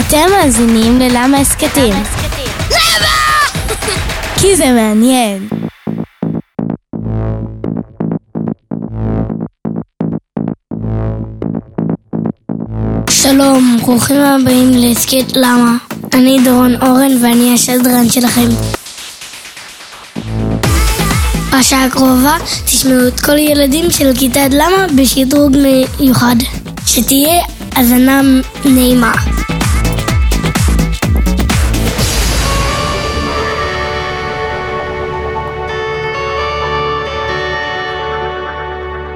אתם מאזינים ללמה הסכתים. כי זה מעניין. שלום, ברוכים הבאים להסכת למה. אני דורון אורן ואני השדרן שלכם. בשעה הקרובה תשמעו את כל הילדים של כיתת למה בשדרוג מיוחד. שתהיה האזנה נעימה.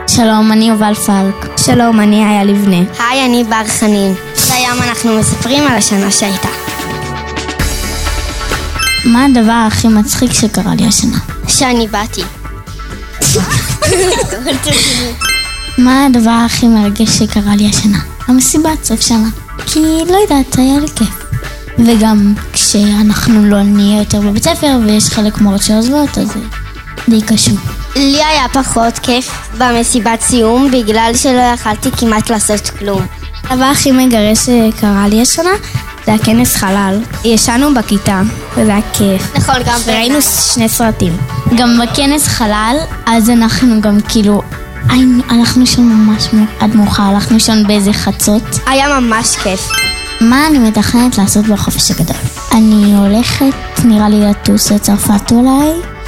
שלום, אני יובל פלק. שלום, אני איה לבנה. היי, אני בר חנין. והיום אנחנו מספרים על השנה שהייתה. מה הדבר הכי מצחיק שקרה לי השנה? שאני באתי. מה הדבר הכי מרגש שקרה לי השנה? המסיבת סוף שנה. כי לא יודעת, היה לי כיף. וגם כשאנחנו לא נהיה יותר בבית ספר ויש חלק מורות שעוזבות, אז זה די קשור. לי היה פחות כיף במסיבת סיום בגלל שלא יכלתי כמעט לעשות כלום. הדבר הכי מגרש שקרה לי השנה זה הכנס חלל. ישנו בכיתה, וזה היה כיף. נכון, גם ראינו שני סרטים. גם בכנס חלל, אז אנחנו גם כאילו... היינו- הלכנו לישון ממש מאו- עד מאוחר, הלכנו לישון באיזה חצות. היה ממש כיף. מה אני מתכננת לעשות בחופש הגדול? אני הולכת, נראה לי לטוס לצרפת אולי,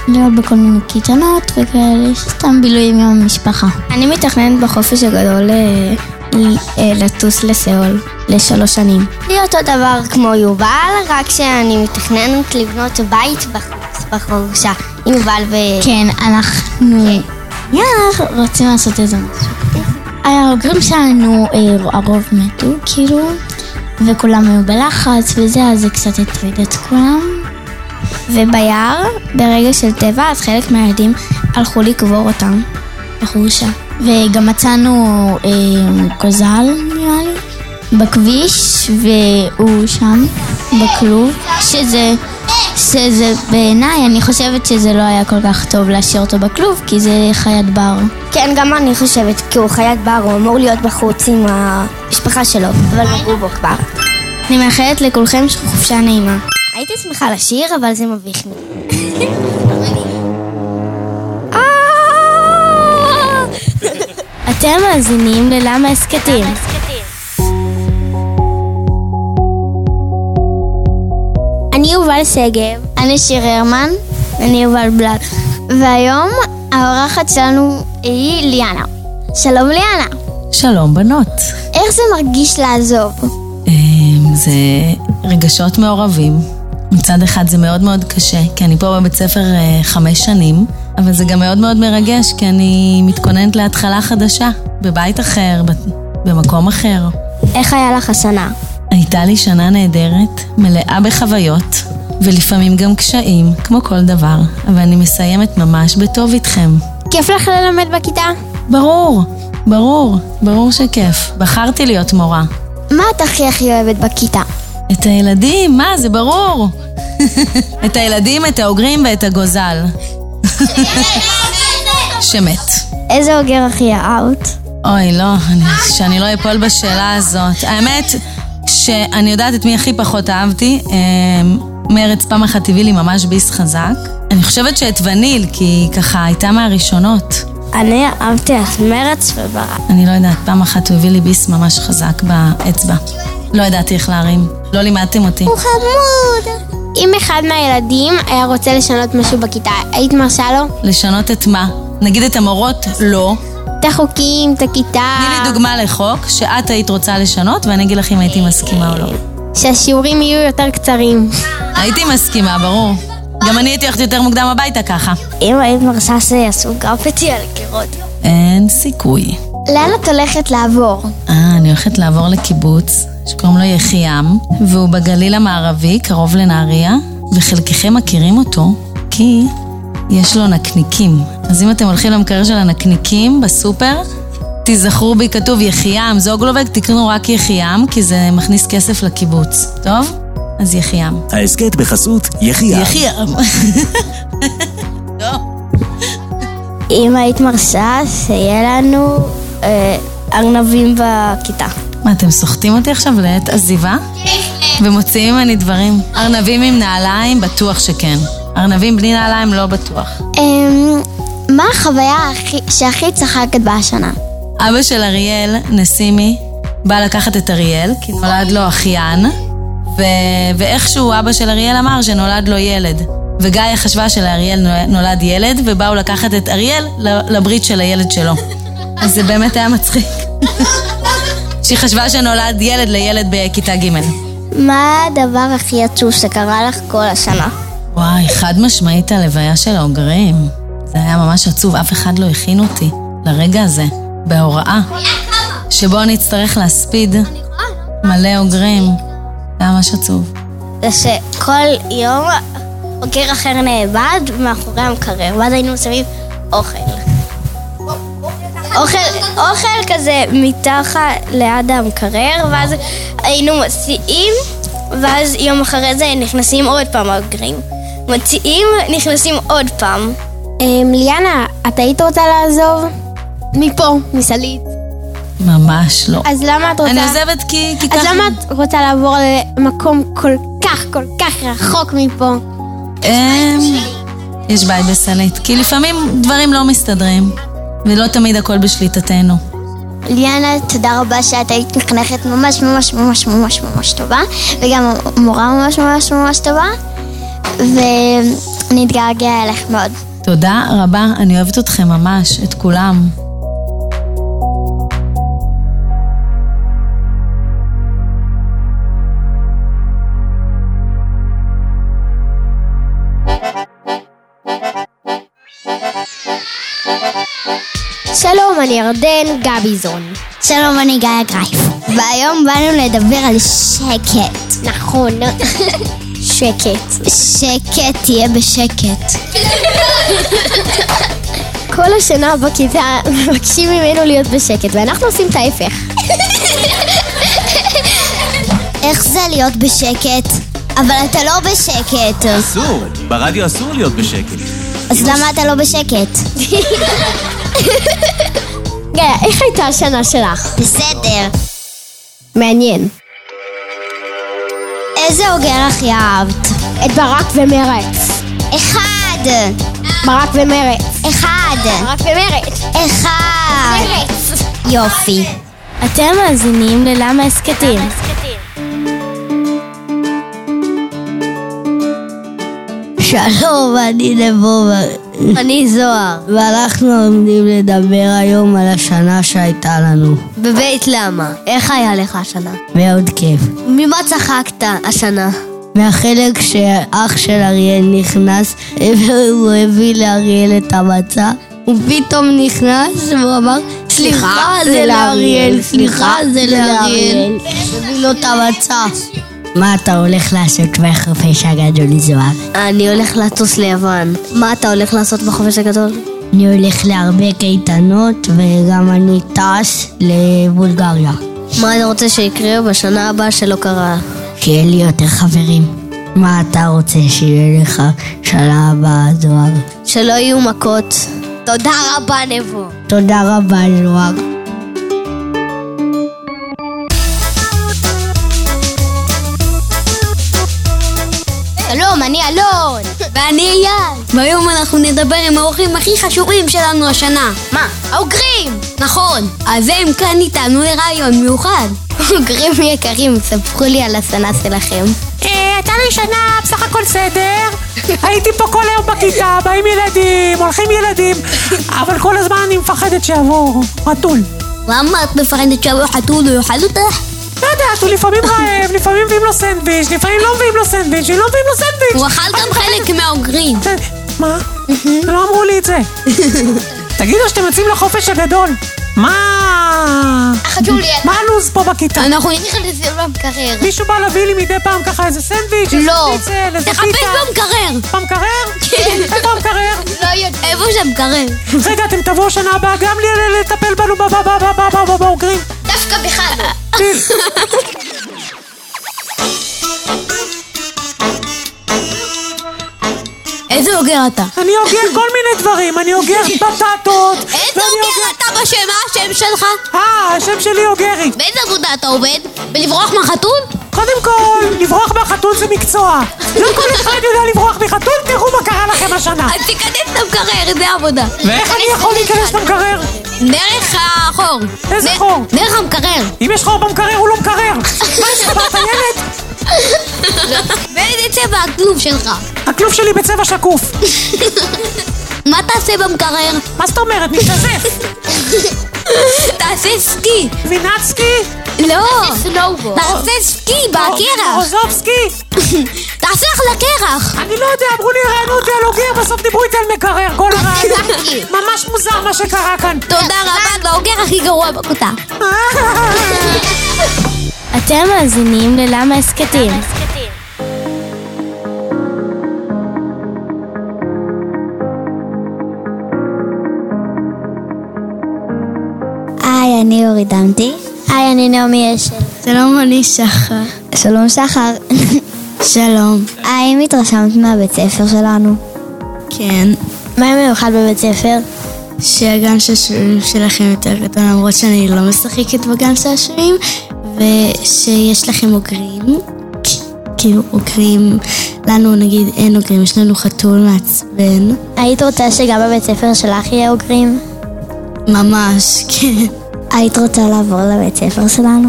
להיות בכל מיני קיתונות וכאלה, סתם בילויים עם המשפחה. אני מתכננת בחופש הגדול אה, לטוס לסיאול לשלוש שנים. לי אותו דבר כמו יובל, רק שאני מתכננת לבנות בית בחוץ, בחורשה. עם יובל ו... כן, אנחנו יח, רוצים לעשות איזה משהו. ההוגרים שלנו, אה, הרוב מתו, כאילו, וכולם היו בלחץ וזה, אז זה קצת הטריד את כולם. וביער, ברגע של טבע, אז חלק מהילדים הלכו לקבור אותם בחורשה. וגם מצאנו אה, גוזל, נראה לי, בכביש, והוא שם, בכלוב, שזה, שזה בעיניי, אני חושבת שזה לא היה כל כך טוב להשאיר אותו בכלוב, כי זה חיית בר. כן, גם אני חושבת, כי הוא חיית בר, הוא אמור להיות בחוץ עם המשפחה שלו, אבל נגעו בו כבר. אני מאחלת לכולכם חופשה נעימה. הייתי שמחה לשיר, אבל זה מביך לי. אתם מאזינים ללמה הסכתים. אני יובל שגב. אני שיר הרמן. אני יובל בלאט. והיום האורחת שלנו היא ליאנה. שלום ליאנה. שלום בנות. איך זה מרגיש לעזוב? אמ, זה רגשות מעורבים. מצד אחד זה מאוד מאוד קשה, כי אני פה בבית ספר אה, חמש שנים, אבל זה גם מאוד מאוד מרגש, כי אני מתכוננת להתחלה חדשה, בבית אחר, ב- במקום אחר. איך היה לך השנה? הייתה לי שנה נהדרת, מלאה בחוויות, ולפעמים גם קשיים, כמו כל דבר, אבל אני מסיימת ממש בטוב איתכם. כיף לך ללמד בכיתה? ברור, ברור, ברור שכיף. בחרתי להיות מורה. מה את הכי הכי אוהבת בכיתה? את הילדים, מה, זה ברור. את הילדים, את האוגרים ואת הגוזל. שמת. איזה אוגר הכי אהבת? אוי, לא, אני, שאני לא אפול בשאלה הזאת. האמת, שאני יודעת את מי הכי פחות אהבתי. אמ, מרץ פעם אחת הביא לי ממש ביס חזק. אני חושבת שאת וניל, כי היא ככה הייתה מהראשונות. אני אהבתי את מרץ וברק. אני לא יודעת, פעם אחת הוא הביא לי ביס ממש חזק באצבע. לא ידעתי איך להרים. לא לימדתם אותי. חמוד! אם אחד מהילדים היה רוצה לשנות משהו בכיתה, היית מרשה לו? לשנות את מה? נגיד את המורות? לא. את החוקים, את הכיתה, תני לי דוגמה לחוק שאת היית רוצה לשנות, ואני אגיד לך אם הייתי מסכימה או לא. שהשיעורים יהיו יותר קצרים. הייתי מסכימה, ברור. גם אני הייתי הולכת יותר מוקדם הביתה ככה. אם היית מרשה שיעשו גרפטי על קירות. אין סיכוי. לאן את הולכת לעבור? אה, אני הולכת לעבור לקיבוץ שקוראים לו יחיעם, והוא בגליל המערבי, קרוב לנהריה, וחלקכם מכירים אותו, כי יש לו נקניקים. אז אם אתם הולכים למקרר של הנקניקים בסופר, תיזכרו בי, כתוב יחיעם, זוגלובק, תקנו רק יחיעם, כי זה מכניס כסף לקיבוץ. טוב? אז יחיעם. ההסכת בחסות יחיעם. יחיעם. אם היית מרשה שיהיה לנו אה, ארנבים בכיתה. מה, אתם סוחטים אותי עכשיו לעת עזיבה? ומוציאים ממני דברים. ארנבים עם נעליים, בטוח שכן. ארנבים בלי נעליים, לא בטוח. אמ, מה החוויה הכי- שהכי צחקת בה השנה? אבא של אריאל, נסימי, בא לקחת את אריאל, כי נולד לו אחיין, ו... ואיכשהו אבא של אריאל אמר שנולד לו ילד. וגיא חשבה שלאריאל נולד ילד, ובאו לקחת את אריאל ל- לברית של הילד שלו. אז זה באמת היה מצחיק. שהיא חשבה שנולד ילד לילד בכיתה ג'. מה הדבר הכי עצוב שקרה לך כל השנה? וואי, חד משמעית הלוויה של ההוגרים. זה היה ממש עצוב, אף אחד לא הכין אותי לרגע הזה, בהוראה, שבו אני אצטרך להספיד מלא הוגרים. זה היה ממש עצוב. זה שכל יום בוגר אחר נאבד מאחורי המקרר, ואז היינו שמים אוכל. אוכל, אוכל כזה מתחת ליד המקרר, ואז היינו מוציאים, ואז יום אחרי זה נכנסים עוד פעם הגרים. מוציאים, נכנסים עוד פעם. ליאנה, אה, את היית רוצה לעזוב? מפה, מסלית. ממש לא. אז למה את רוצה... אני עוזבת כי כי אז ככה... למה את רוצה לעבור למקום כל כך, כל כך רחוק מפה? אמ, יש ביי בסלט. כי לפעמים דברים לא מסתדרים, ולא תמיד הכל בשליטתנו. ליאנה, תודה רבה שאת היית מחנכת ממש ממש ממש ממש ממש טובה, וגם מורה ממש ממש ממש טובה, ואני אתגעגע אליך מאוד. תודה רבה, אני אוהבת אתכם ממש, את כולם. שלום, אני ירדן גביזון. שלום, אני גיא גרייף. והיום באנו לדבר על שקט. נכון. שקט. שקט, תהיה בשקט. כל השנה בכיתה מבקשים ממנו להיות בשקט, ואנחנו עושים את ההפך. איך זה להיות בשקט? אבל אתה לא בשקט. אסור, ברדיו אסור להיות בשקט. אז למה אתה לא בשקט? גאה, איך הייתה השנה שלך? בסדר. מעניין. איזה אוגר הכי אהבת? את ברק ומרץ. אחד! ברק ומרץ. אחד! ברק ומרץ. אחד! מרץ. יופי. אתם מאזינים ללמה הסכתים. שלום, אני נבובה. אני זוהר. ואנחנו עומדים לדבר היום על השנה שהייתה לנו. בבית למה? איך היה לך השנה? מאוד כיף. ממה צחקת השנה? מהחלק שאח של אריאל נכנס, והוא הביא לאריאל את המצה, הוא פתאום נכנס והוא אמר, סליחה, זה לאריאל, סליחה, זה לאריאל. הביא לו את המצה. מה אתה הולך לעשות בחופש הגדול זוהר? אני הולך לטוס ליוון. מה אתה הולך לעשות בחופש הגדול? אני הולך להרבה קייטנות וגם אני טס לבולגריה. מה אתה רוצה שיקרה בשנה הבאה שלא קרה? שיהיה לי יותר חברים. מה אתה רוצה שיהיה לך שנה הבאה, זוהר? שלא יהיו מכות. תודה רבה, נבו. תודה רבה, זוהר. שלום, אני אלון. ואני אייל. והיום אנחנו נדבר עם האורחים הכי חשובים שלנו השנה. מה? האוגרים! נכון, אז הם כאן איתנו לרעיון מיוחד. אוגרים יקרים, ספרו לי על השנה שלכם. אה, הייתה לי שנה בסך הכל סדר, הייתי פה כל היום בכיתה, באים ילדים, הולכים ילדים, אבל כל הזמן אני מפחדת שיבואו חתול. למה את מפחדת שהבוא חתול לא יאכל אותך? לא יודעת, הוא לפעמים רעב, לפעמים מביאים לו סנדוויץ', לפעמים לא מביאים לו סנדוויץ', לא מביאים לו סנדוויץ'. הוא אכל גם חלק מהאוגרים. מה? לא אמרו לי את זה. תגידו שאתם יוצאים לחופש הגדול. מה? החתול יהיה. מה הלו"ז פה בכיתה? אנחנו נכנסים למקרר. מישהו בא להביא לי מדי פעם ככה איזה סנדוויץ', איזה לא. פיצל, איזה תחפש פיתה. במקרר, במקרר? כן. איפה המקרר? לא יודעים. איפה שהמקרר. רגע, אתם תבואו שנה הבאה גם ל- ל- לטפל בנו ב- ב- ב- ב- ב- ב- באוגרים. דווקא בך. טיל. איזה אוגר אתה? אני אוגר כל מיני דברים, אני אוגר בטטות. איזה ואני אוגר אתה בשם? מה השם שלך? אה, השם שלי אוגרי. באיזה עבודה אתה עובד? בלברוח מהחתול? קודם כל, לברוח מהחתול זה מקצוע. לא כל אחד יודע לברוח מחתול, תראו מה קרה לכם השנה. אז תיכנס למקרר, זה עבודה. איך אני יכול להיכנס למקרר? דרך החור. איזה דרך- חור? דרך המקרר. אם יש חור במקרר, הוא לא מקרר. מה יש לך בטיילת? באיזה צבע הכלוב שלך? הכלוב שלי בצבע שקוף. מה תעשה במקרר? מה זאת אומרת? מתנזף. תעשה סקי. וינצקי? לא. תעשה סקי לא, אה, בקרח. מורוזובסקי? תעשה אחלה קרח. אני לא יודע, אמרו לי ראיינו אותי על אוגר, בסוף דיברו איתי על מקרר, כל הרעיון. ממש מוזר מה שקרה כאן. תודה רבה, והאוגר הכי גרוע בכותה. אתם מאזינים ללמה הסכתים. היי, אני אורי דמתי. היי, אני נעמי אשל. שלום, אני שחר. שלום שחר. שלום. האם התרשמת מהבית ספר שלנו? כן. מה מיוחד בבית ספר? שהגן שעשועים שלכם יותר גדול, למרות שאני לא משחקת בגן שעשועים, ושיש לכם אוגרים. כ- כאילו, אוגרים, לנו נגיד אין אוגרים, יש לנו חתול מעצבן. היית רוצה שגם בבית ספר שלך יהיה אוגרים? ממש, כן. היית רוצה לעבור לבית ספר שלנו?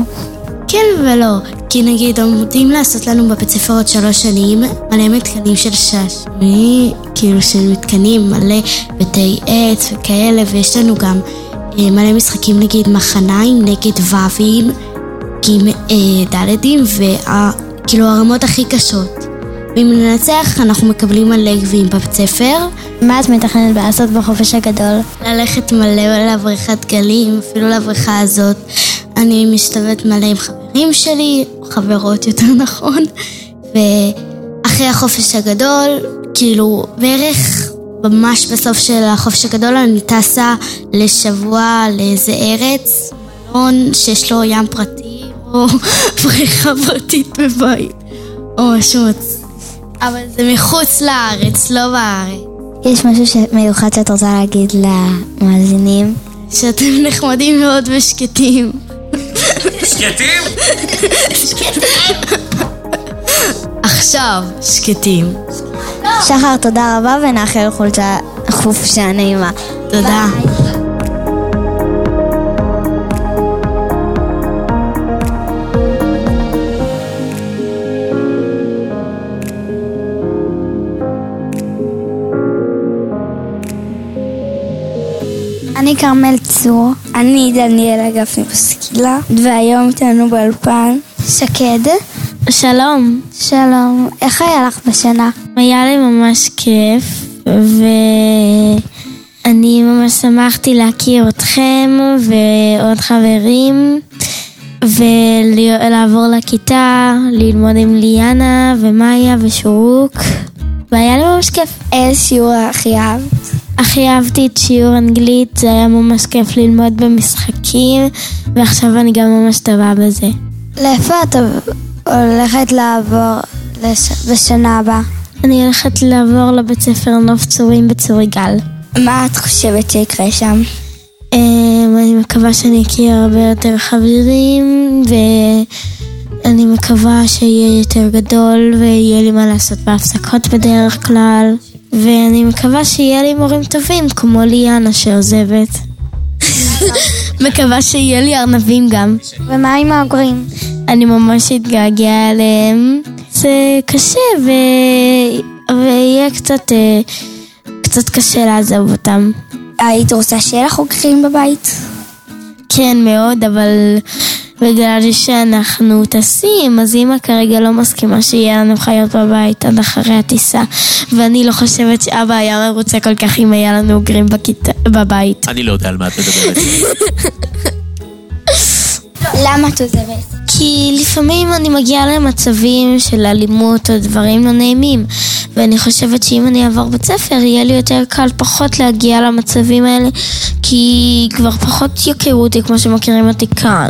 כן ולא, כי נגיד עומדים לעשות לנו בבית ספר עוד שלוש שנים מלא מתקנים של שעשועים, כאילו של מתקנים מלא בתי עץ וכאלה, ויש לנו גם אה, מלא משחקים נגיד מחניים נגד ו"ים, ג'- אה, דל"דים, וכאילו הרמות הכי קשות. ואם ננצח אנחנו מקבלים מלא גביעים בבית ספר. מה את מתכננת לעשות בחופש הגדול? ללכת מלא לבריכת גלים, אפילו לבריכה הזאת. אני משתלבת מלא עם חברים שלי, או חברות יותר נכון, ואחרי החופש הגדול, כאילו בערך ממש בסוף של החופש הגדול אני טסה לשבוע לאיזה ארץ, מלון שיש לו ים פרטי, או בריכה פרטית בבית, או משהו מצ... אבל זה מחוץ לארץ, לא בארץ. יש משהו מיוחד שאת רוצה להגיד למאזינים? שאתם נחמדים מאוד ושקטים. שקטים? עכשיו, שקטים. שחר, תודה רבה ונאחל חולצה חופשה נעימה. תודה. אני כרמל צור. אני דניאלה גפני בסקילה. והיום איתנו באולפן. שקד. שלום, שלום. איך היה לך בשנה? היה לי ממש כיף, ואני ממש שמחתי להכיר אתכם ועוד חברים, ולעבור לכיתה, ללמוד עם ליאנה ומאיה ושורוק, והיה לי ממש כיף. איזה שיעור הכי אהב? הכי אהבתי את שיעור אנגלית, זה היה ממש כיף ללמוד במשחקים, ועכשיו אני גם ממש טובה בזה. לאיפה את הולכת לעבור לש- בשנה הבאה? אני הולכת לעבור לבית ספר נוף צורים בצור יגאל. מה את חושבת שיקרה שם? אמ, אני מקווה שאני אכיר הרבה יותר חברים, ואני מקווה שיהיה יותר גדול, ויהיה לי מה לעשות בהפסקות בדרך כלל, ואני מקווה שיהיה לי מורים טובים, כמו ליאנה שעוזבת. מקווה שיהיה לי ארנבים גם. ומה עם האוגרים? אני ממש אתגעגע אליהם. זה קשה, ו... ויהיה קצת, אה, קצת קשה לעזוב אותם. היית רוצה שיהיה לך אוגרים בבית? כן, מאוד, אבל בגלל שאנחנו טסים, אז אימא כרגע לא מסכימה שיהיה לנו חיות בבית עד אחרי הטיסה. ואני לא חושבת שאבא היה מרוצה כל כך אם היה לנו אוגרים בכיתה, בבית. אני לא יודע על מה את מדברת. למה את עוזבת? כי לפעמים אני מגיעה למצבים של אלימות או דברים לא נעימים, ואני חושבת שאם אני אעבור בית ספר, יהיה לי יותר קל פחות להגיע למצבים האלה, כי כבר פחות יכירו אותי כמו שמכירים אותי כאן,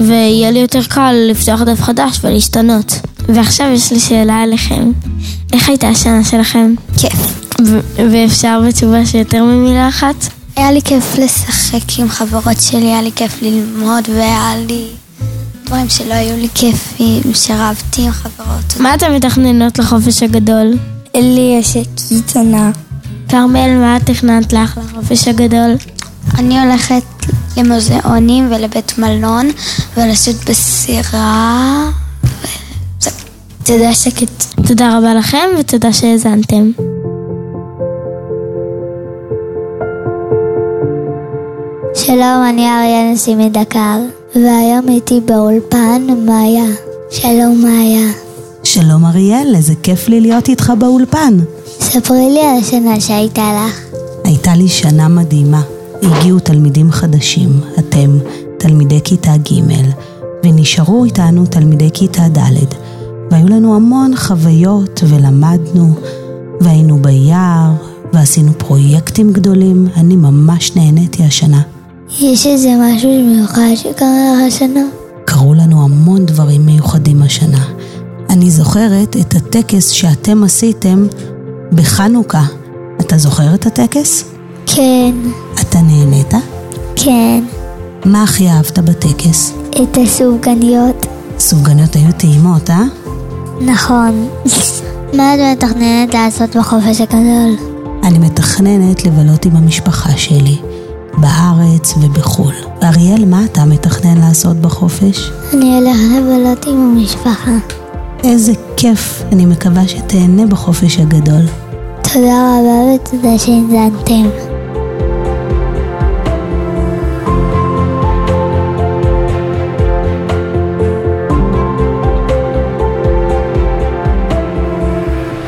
ויהיה לי יותר קל לפתוח דף חדש ולהשתנות. ועכשיו יש לי שאלה אליכם, איך הייתה השנה שלכם? כיף. ו- ואפשר בתשובה שיותר ממילה אחת? היה לי כיף לשחק עם חברות שלי, היה לי כיף ללמוד והיה לי דברים שלא היו לי כיפים, שרבתי עם חברות. מה אתן מתכננות לחופש הגדול? לי יש קיצונה. כרמל, מה את תכננת לך לחופש הגדול? אני הולכת למוזיאונים ולבית מלון ולשוט בסירה. תודה שקט. תודה רבה לכם ותודה שהאזנתם. שלום, אני אריה נשיא מדקר, והיום איתי באולפן מאיה. שלום, מאיה. שלום אריאל, איזה כיף לי להיות איתך באולפן. ספרי לי על השנה שהייתה לך. הייתה לי שנה מדהימה. הגיעו תלמידים חדשים, אתם, תלמידי כיתה ג', ונשארו איתנו תלמידי כיתה ד', והיו לנו המון חוויות ולמדנו, והיינו ביער, ועשינו פרויקטים גדולים, אני ממש נהניתי השנה. יש איזה משהו מיוחד שקרה לך השנה? קרו לנו המון דברים מיוחדים השנה. אני זוכרת את הטקס שאתם עשיתם בחנוכה. אתה זוכר את הטקס? כן, אתה נהנית? כן. מה הכי אהבת בטקס? את הסופגניות. סופגניות היו טעימות, אה? נכון. מה את מתכננת לעשות בחופש הגדול? אני מתכננת לבלות עם המשפחה שלי, בארץ ובחו"ל. אריאל, מה אתה מתכנן לעשות בחופש? אני הולך לבלות עם המשפחה. איזה כיף, אני מקווה שתהנה בחופש הגדול. תודה רבה ותודה שהזנתם.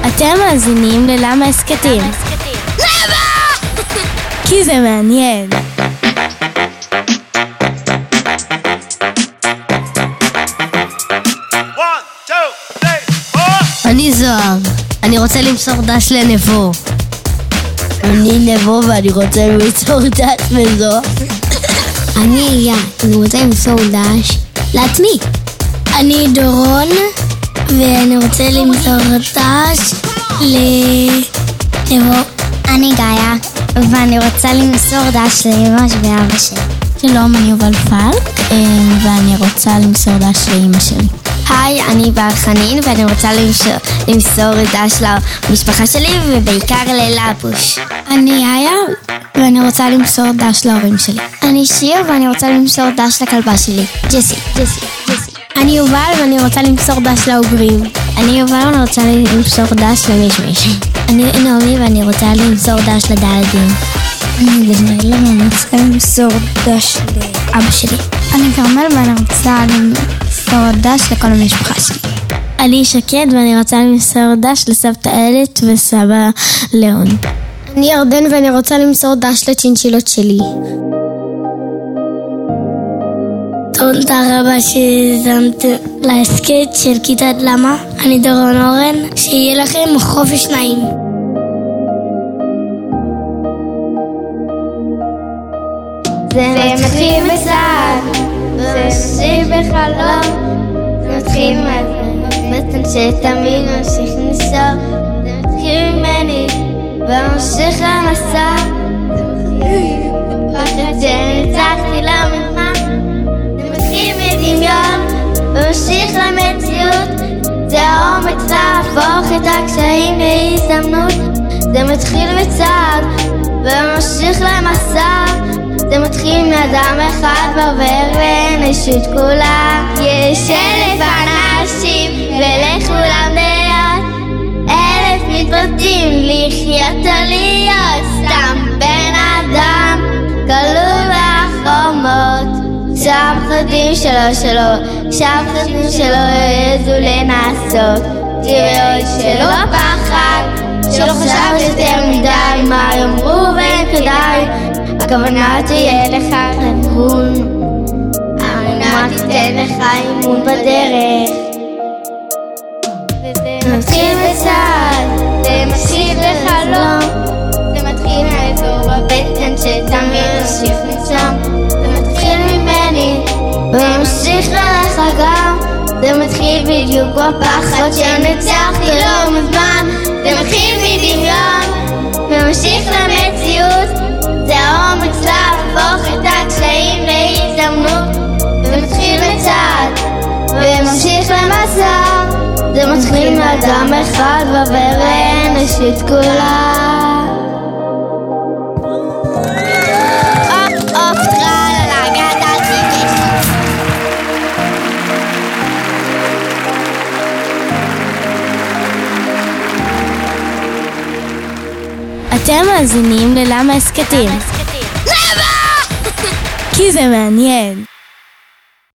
אתם מאזינים ללמה הסכתים. כי זה מעניין. אני זוהר. אני רוצה למסור דש לנבו. אני נבו ואני רוצה למסור דש לזוהר. אני איה, אני רוצה למסור דש לעצמי. אני דורון, ואני רוצה למסור דש ל... תראו, אני גאיה, ואני רוצה למסור דש לאמא ואבא שלי. שלום, אני יובל פלק, אה, ואני רוצה למסור דש לאימא שלי. היי, אני בר חנין, ואני רוצה למסור, למסור דש למשפחה שלי, ובעיקר ללאבוש. אני איה, ואני רוצה למסור דש להורים שלי. אני שיר, ואני רוצה למסור דש לכלבה שלי. ג'סי, ג'סי, ג'סי. אני יובל, ואני רוצה למסור דש לאוגרים. אני יובל, ואני רוצה למסור דש למישמיש. אני נעמי, ואני רוצה למסור דש לדלדים. אני גזמאלה, ואני רוצה למסור דש לאבא שלי. אני כרמל, ואני רוצה למסור דש לכל המשפחה שלי. אני שקד, ואני רוצה למסור דש לסבתא איילת וסבא ליאון. אני ירדן ואני רוצה למסור דש לצ'ינצ'ילות שלי. תודה רבה שהזמתם להסכת של כיתת למה. אני דורון אורן, שיהיה לכם חופש נעים. זה מתחיל בצעד, זה מתחיל בחלום, זה מתחיל מהזמן שתמיד ממשיך לנסוע, זה מתחיל ממני, וממשיך למסע, פחד שניצחתי לא מזמן, זה מתחיל מדמיון, וממשיך למציאות, זה האומץ להפוך את הקשיים להזדמנות, זה מתחיל בצעד, וממשיך למסע. זה מתחיל מאדם אחד ועובר לאנושות כולה. יש אלף אנשים ולכולם דעות, אלף מתפרטים לחיות או להיות סתם בן אדם, כלוא בחומות. שם חדים שלו שלו, שם חדים שלו העזו לנסות. תראו שלא פחד, שלא חשב יותר מדי מה יאמרו ואין כדאי. הכוונה תהיה לך אמון, האמונה תיתן לך אמון בדרך. זה מתחיל בצעד, זה מתחיל בחלום, זה מתחיל מהאזור בבטן שתמיד ממשיך משם, זה מתחיל ממני, וממשיך לך גם, זה מתחיל בדיוק בפחד שניצחתי לא מזמן, זה מתחיל מדמיון, וממשיך למציאות. זה האומץ להפוך את הקשיים להזדמנות, ומתחיל בצעד, מסע זה מתחיל מאדם אחד ועובר לאנושות כולה הופ, הופ, טרללה, גדלתי בך. אתם מאזינים ללמה הסכתים. למה? כי זה מעניין.